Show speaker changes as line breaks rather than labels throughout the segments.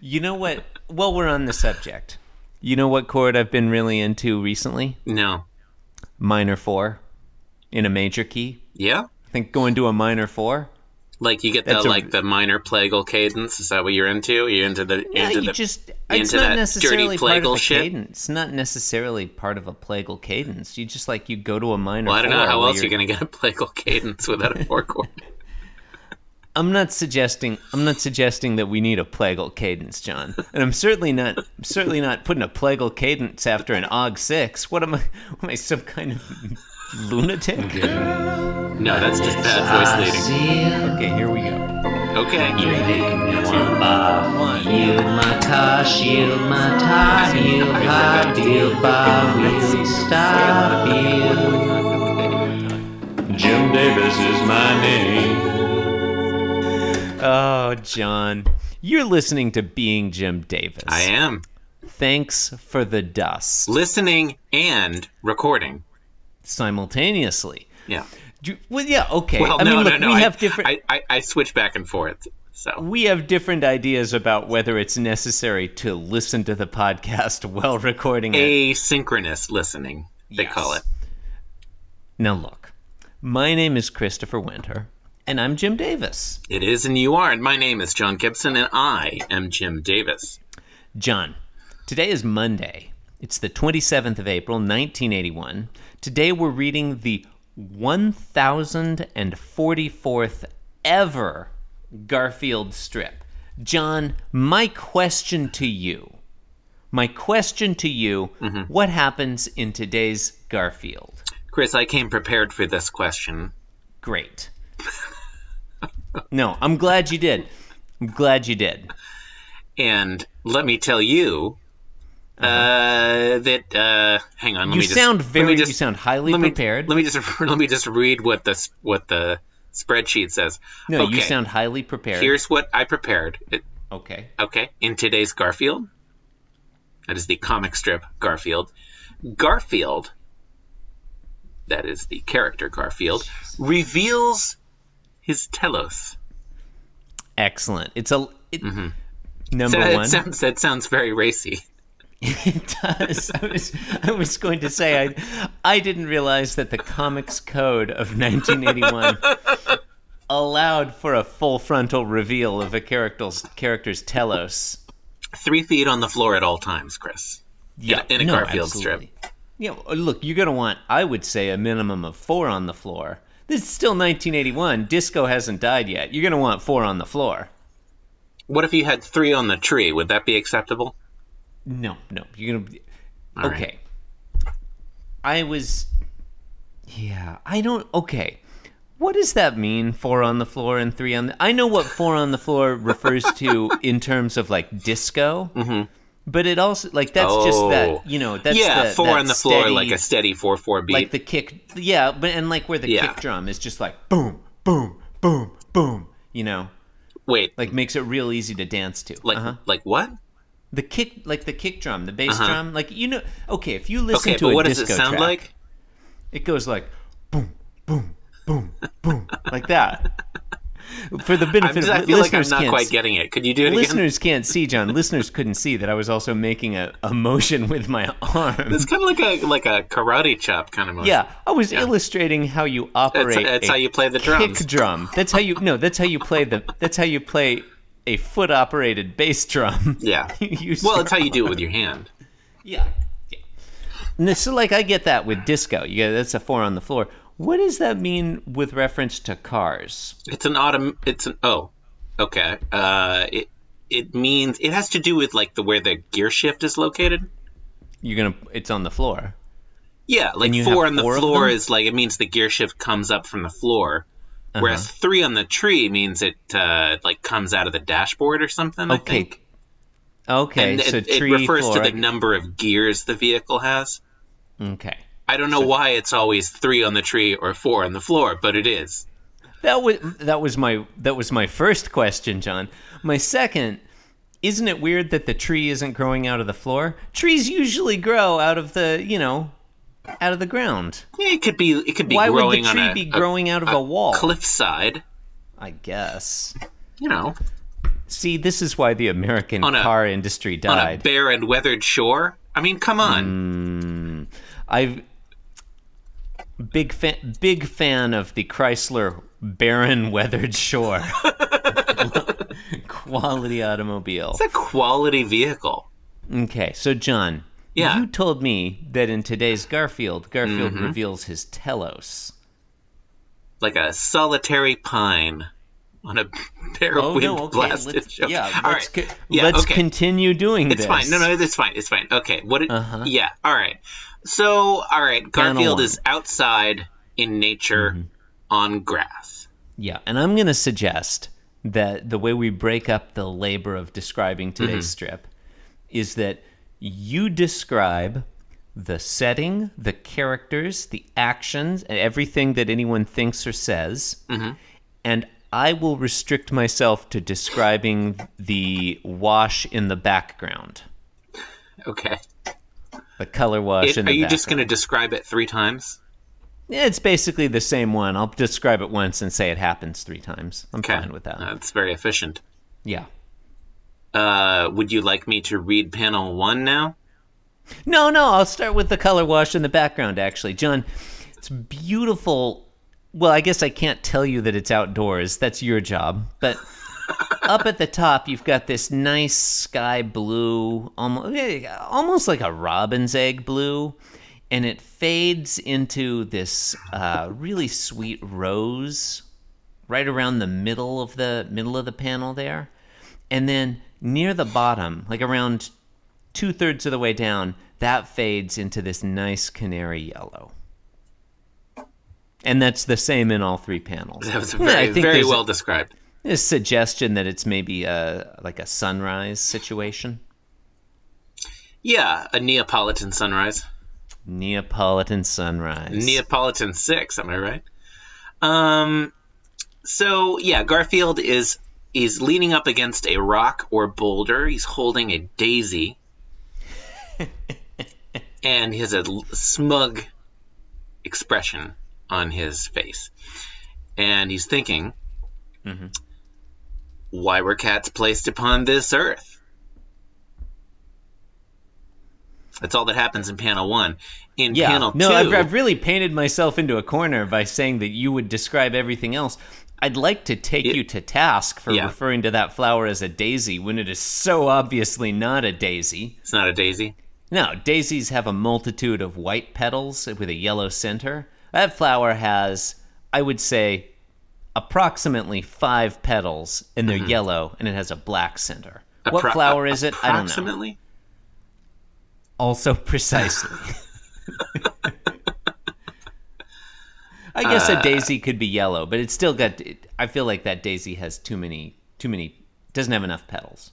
You know what? Well, we're on the subject. You know what chord I've been really into recently?
No.
Minor four in a major key.
Yeah?
I think going to a minor four.
Like you get the
That's a-
like the minor plagal cadence. Is that what you're into? Are you into the
Yeah,
into
you
the
just
into
it's
that
not
dirty
necessarily part of
plagal
the
shit?
cadence. It's not necessarily part of a plagal cadence. You just like you go to a minor
Well, I don't know
four
how
where
else you're
you're-
gonna get a plagal cadence without a four chord.
I'm not suggesting I'm not suggesting that we need a plagal cadence, John. And I'm certainly not I'm certainly not putting a plagal cadence after an og six. What am I am I some kind of lunatic?
No, that's just bad voice leading.
Okay, here we go.
Okay.
One.
Jim Davis is my name.
Oh, John. You're listening to Being Jim Davis.
I am
Thanks for the dust.
listening and recording.
Simultaneously.
Yeah.
Do- well, yeah, okay.
Well,
I
no,
mean, look,
no, no.
we
I,
have different
I, I, I switch back and forth. So
we have different ideas about whether it's necessary to listen to the podcast while recording it.
asynchronous listening, they
Yes.
call it.
Now look. My name is Christopher Winter, and I'm Jim Davis.
It is and you are, and my name is John Gibson, and I am Jim Davis.
John, today is Monday. It's the 27th of April, 1981. Today we're reading the 1044th ever Garfield strip. John, my question to you. My question to you,
Mm-hmm.
what happens in today's Garfield?
Chris, I came prepared for this question.
Great. no, I'm glad you did. I'm glad you did.
And let me tell you uh, that uh, hang on.
Uh-huh.
Let
You
me just,
sound
let me
very
just-
you sound highly
let me,
prepared.
Let me just let me just read what the what the spreadsheet says.
no, you
Okay,
sound highly prepared.
Here's what I prepared. It-
Okay.
Okay, in today's Garfield, that is the comic strip Garfield. Garfield, that is the character Garfield, reveals his telos.
Excellent. It's a it,
Mm-hmm.
number
That
one.
sounds that sounds very racy.
it does. I was, I was going to say I I didn't realize that the Comics Code of 1981 allowed for a full frontal reveal of a character's character's telos.
Three feet on the floor at all times, Chris.
Yeah,
in a Garfield strip.
Yeah, well, look, you're gonna want, I would say, a minimum of four on the floor. This is still 1981. Disco hasn't died yet. You're gonna want four on the floor.
What if you had three on the tree? Would that be acceptable?
No, no, you're gonna.
All right.
okay, I was. Yeah, I don't. Okay, what does that mean? Four on the floor and three on the. I know what four on the floor refers to in terms of like disco. But it also like that's just
Mm-hmm. Oh.
that you know that's
yeah,
the-
four
that
on the floor,
steady-
like a steady four four beat.
like the kick yeah but and like where the
Yeah.
kick drum is just like boom boom boom boom you know
Wait, like
like makes it real easy to dance to
like,
uh-huh.
what?
the kick like the kick drum the bass drum like you know okay if you listen
Uh-huh. Okay,
to
but
a
what does
disco
it sound
track,
like?
it goes like boom boom boom boom like that for the benefit
I'm just,
of
I feel like I'm
listeners
not
can't
quite
see-
getting it. Could you do it again?
listeners can't see john listeners couldn't see that i was also making a, a motion with my arm
It's kind of like a like a karate chop kind of motion.
yeah i was illustrating how you operate
that's, that's
a
how you play the drums.
kick drum. That's how you no. That's how you play the. That's how you play a foot operated bass drum.
Yeah.
You use
Well,
your-
it's how you do it with your hand.
yeah. yeah. And so, like, I get that with disco. You get that's a four on the floor. What does that mean with reference to cars?
It's an autumn. It's an oh, okay. Uh, it it means it has to do with like the where the gear shift is located.
You're gonna. It's on the floor.
Yeah, like
you
four
have
on the
four of
floor
them?
is like it means the gear shift comes up from the floor,
Uh-huh.
whereas three on the tree means it uh, like comes out of the dashboard or something. I
Okay,
think.
Okay,
And
so
it, it
tree
refers
floor.
to the number of gears the vehicle has.
okay.
I don't know why it's always three on the tree or four on the floor, but it is.
That was that was my that was my first question, John. My second, isn't it weird that the tree isn't growing out of the floor? Trees usually grow out of the you know, out of the ground.
Yeah, it could be. It could be
Why would
growing
the tree
on a,
be
a
growing out of a, wall?
cliffside.
I guess.
You know,
See, this is why the American
On a-
car industry
on a
died.
bare and weathered shore. I mean, come
Mm.
on.
I've big fan, big fan of the Chrysler Barren Weathered Shore quality automobile.
It's a quality vehicle.
Okay, so John,
Yeah. Mm-hmm.
you told me that in today's Garfield, Garfield reveals his telos.
Like a solitary pine on a bare
Oh
wind
no, okay,
blasted
let's,
shore.
yeah,
All
let's,
right.
co-
Yeah,
let's
okay.
continue doing
It's
this. Uh-huh.
fine. No, no, it's fine. It's fine. Okay. What? It, Yeah. All right. So, all right. Garfield
one. Mm-hmm.
is outside in nature on grass.
Yeah, and I'm going to suggest that the way we break up the labor of describing today's
Mm-hmm.
strip is that you describe the setting, the characters, the actions, and everything that anyone thinks or says.
Mm-hmm.
And I will restrict myself to describing the wash in the background,
Okay.
the color wash
It-
in
are
the
you
background.
just going to describe it three times?
It's basically the same one. I'll describe it once and say it happens three times. I'm
Okay. Uh,
fine with that.
That's very efficient.
yeah.
Uh, would you like me to read panel one now?
No, no, I'll start with the color wash in the background, actually. John, it's beautiful. Well, I guess I can't tell you that it's outdoors. That's your job. But up at the top, you've got this nice sky blue, almost, almost like a robin's egg blue. And it fades into this uh, really sweet rose right around the middle of the middle of the panel there. And then near the bottom, like around two thirds of the way down, that fades into this nice canary yellow. And that's the same in all three panels.
That was
Yeah,
very, very
there's
well described.
a suggestion that it's maybe a like a sunrise situation,
Yeah, a Neapolitan sunrise.
Neapolitan sunrise.
Neapolitan six, am I right? Um, so yeah, Garfield is is leaning up against a rock or boulder. He's holding a daisy, and he has a l- smug expression on his face, and he's thinking,
Mm-hmm.
"Why were cats placed upon this earth?" That's all that happens in panel one. In
yeah.
panel
no,
2
I've, I've really painted myself into a corner by saying that you would describe everything else. I'd like to take you to task for
Yeah.
referring to that flower as a daisy when it is so obviously not a daisy.
It's not a daisy.
No, daisies have a multitude of white petals with a yellow center. That flower has, I would say, approximately five petals, and they're yellow, and it has a black center. what
Mm-hmm. Appro-
flower is it? I don't know.
Approximately.
Also, precisely. I guess
Uh,
a daisy could be yellow, but it's still got. It, I feel like that daisy has too many, too many, doesn't have enough petals.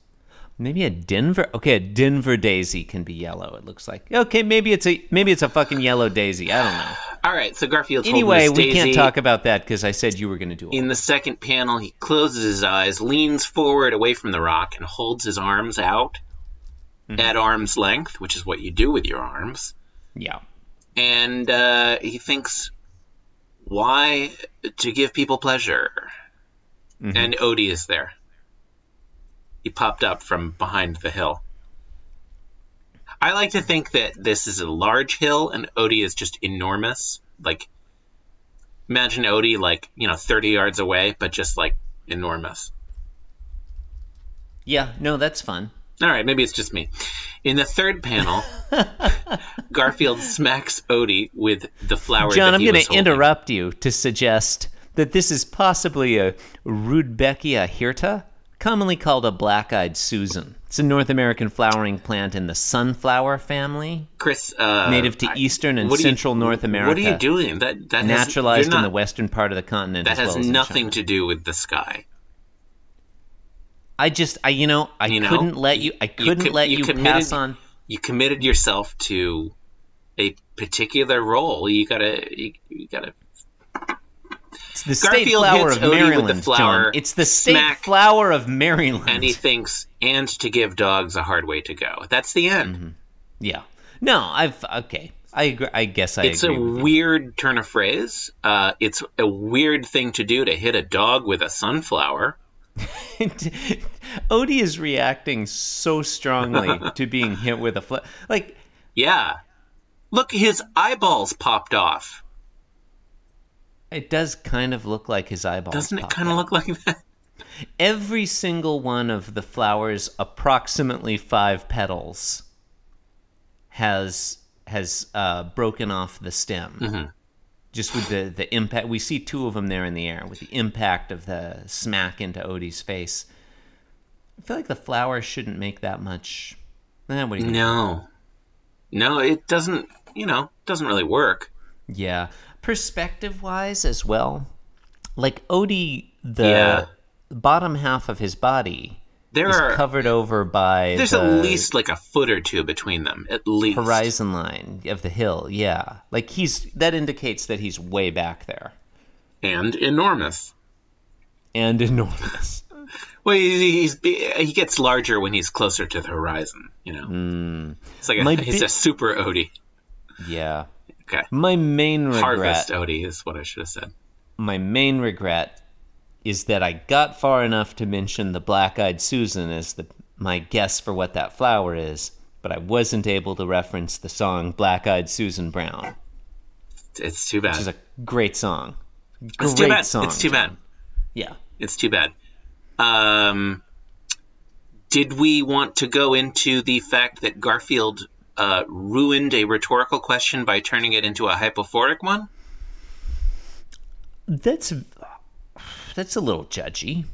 Maybe a Denver. Okay, a Denver daisy can be yellow. It looks like. Okay, maybe it's a maybe it's a fucking yellow daisy. I don't know.
All right. So Garfield's
Anyway,
holding
we
this daisy.
can't talk about that because I said you were going to do it.
In the second panel, he closes his eyes, leans forward away from the rock, and holds his arms out
Mm-hmm.
at arm's length, which is what you do with your arms.
yeah.
And uh, he thinks, "Why to give people pleasure?"
Mm-hmm.
And Odie is there. He popped up from behind the hill. I like to think that this is a large hill and Odie is just enormous. Like, imagine Odie, like, you know, 30 yards away, but just, like, enormous.
Yeah. No, that's fun.
All right, maybe it's just me. In the third panel, Garfield smacks Odie with the flower.
John,
that
I'm
he
going
was
to
holding.
interrupt you to suggest that this is possibly a Rudbeckia hirta, commonly called a black eyed Susan. It's a North American flowering plant in the sunflower family,
Chris, uh,
native to
I-
eastern and
what are you-
central North America.
What are you doing? That that has-
Naturalized
you're not-
in the western part of the continent.
That
as
has
well as in
nothing
China.
to do with the sky.
I just, I you know, I
You know,
couldn't let you. I couldn't
could-
let
you
you,
committed-
pass on.
You committed yourself to a particular role. You gotta, you, you gotta.
It's the state
Garfield
flower
hits
of
Odie with the
Maryland,
flower,
John. It's the state
smack,
flower of Maryland.
And he thinks, and to give dogs a hard way to go. That's the end.
Mm-hmm. yeah. No, I've okay. I agree. I guess I
It's a
agree. with you.
weird turn of phrase. Uh, it's a weird thing to do to hit a dog with a sunflower.
Odie is reacting so strongly to being hit with a fl- like
Yeah. Look, his eyeballs popped off.
it does kind of look like his eyeballs.
Doesn't it
popped
kind of
out.
look like that?
every single one of the flowers approximately five petals has has uh, broken off the stem
Mm-hmm.
just with the the impact we see two of them there in the air with the impact of the smack into odie's face i feel like the flower shouldn't make that much eh, what do you think?
No. No, it doesn't, you know, doesn't really work.
yeah perspective wise as well like odie the
Yeah.
bottom half of his body
There
is
are
covered over by
there's
the-
at least like a foot or two between them, at least.
horizon line of the hill yeah like he's that indicates that he's way back there
And enormous.
and enormous
Well, he- he's he gets larger when he's closer to the horizon. You know, it's like a,
Hmm. My
he's
bi-
a super Odie.
yeah
Okay,
my main regret
harvest Odie is what I should have said.
my main regret is that i got far enough to mention the black-eyed susan as the my guess for what that flower is but i wasn't able to reference the song black-eyed susan brown
It's too bad.
which is a great song great
it's too bad.
song
It's too bad.
yeah
It's too bad. Um, did we want to go into the fact that Garfield uh, ruined a rhetorical question by turning it into a hypophoric one?
That's that's a little judgy.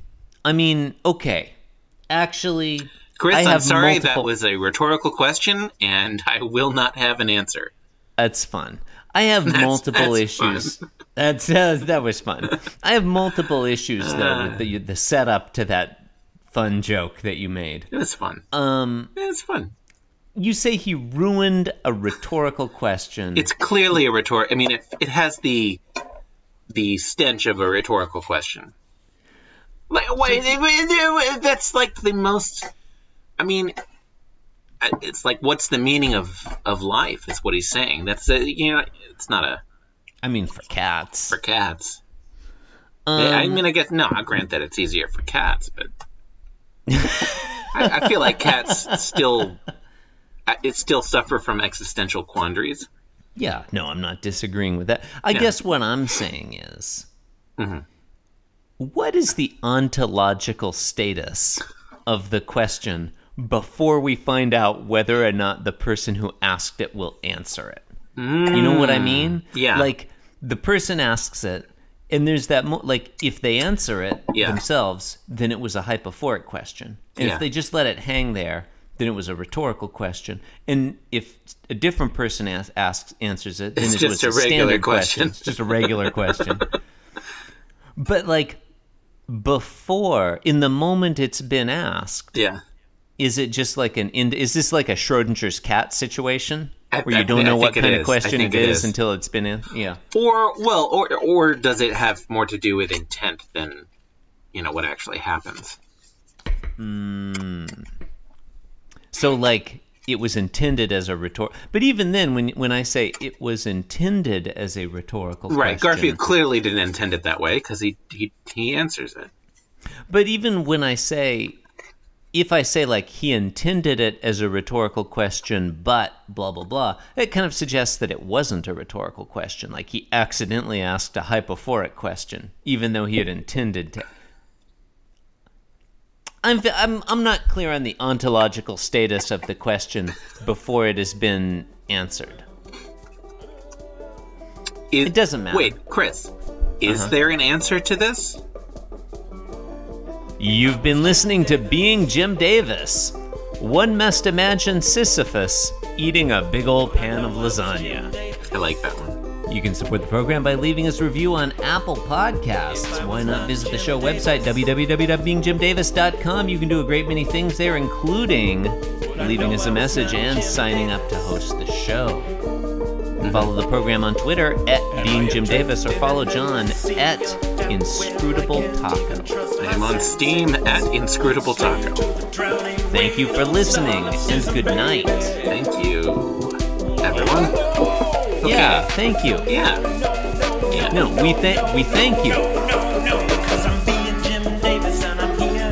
I mean, okay. Actually,
Chris,
I
I'm
have
sorry that
multiple-
was a rhetorical question, and I will not have an answer.
that's fun. I have multiple
that's
issues. That's uh, that was fun. I have multiple issues though with
Uh.
the the setup to that fun joke that you made.
It was fun.
Um,
it was fun.
you say he ruined a rhetorical question.
it's clearly a rhetorical. I mean, it, it has the the stench of a rhetorical question. Like, why, that's like the most. I mean, I- it's like, what's the meaning of of life? Is what he's saying. That's a, you know, it's not a
I mean, for cats.
for cats.
Um,
I mean, I guess no. I grant that it's easier for cats, but I, I feel like cats still, I- it still suffer from existential quandaries.
Yeah, no, I'm not disagreeing with that. I guess what I'm saying is what is the ontological status of the question before we find out whether or not the person who asked it will answer it? You know what I mean?
yeah.
Like the person asks it, and there's that, mo- like, if they answer it
Yeah.
themselves, then it was a hypophoric question. And
Yeah.
if they just let it hang there, then it was a rhetorical question. And if a different person as- asks answers it, then
It's
it
just
was a,
a regular
standard
question.
question. It's just a regular question. But like before, in the moment it's been asked,
Yeah.
is it just like an ind- is this like a Schrodinger's cat situation
I-
where
I
you don't
thi- I
know what
think it
kind
is. I
of question
think
it
it
is,
is.
until it's been in? Yeah.
Or well, or or does it have more to do with intent than you know what actually happens?
So like it was intended as a rhetor. But even then, when when I say it was intended as a rhetorical
Right.
question,
Garfield clearly didn't intend it that way because he, he he answers it.
But even when I say, if I say like he intended it as a rhetorical question, but blah blah blah, it kind of suggests that it wasn't a rhetorical question. Like he accidentally asked a hypophoric question, even though he had intended to. I'm I'm I'm not clear on the ontological status of the question before it has been answered.
Is-
It doesn't matter. Uh-huh.
Wait, Chris, is there an answer to this?
You've been listening to Being Jim Davis. One must imagine Sisyphus eating a big old pan of lasagna.
I like that one.
You can support the program by leaving us a review on Apple Podcasts. Why not visit the show website, www.beingjimdavis.com? You can do a great many things there, including leaving us a message and signing up to host the show. Follow the program on Twitter at Being Jim Davis or follow John at Inscrutable Taco.
I am on Steam at Inscrutable Taco.
Thank you for listening and good night.
Thank you, everyone. Okay.
Yeah, thank you.
Yeah.
No, we thank we thank you.
No, no, no, cause I'm being Jim Davis and I'm here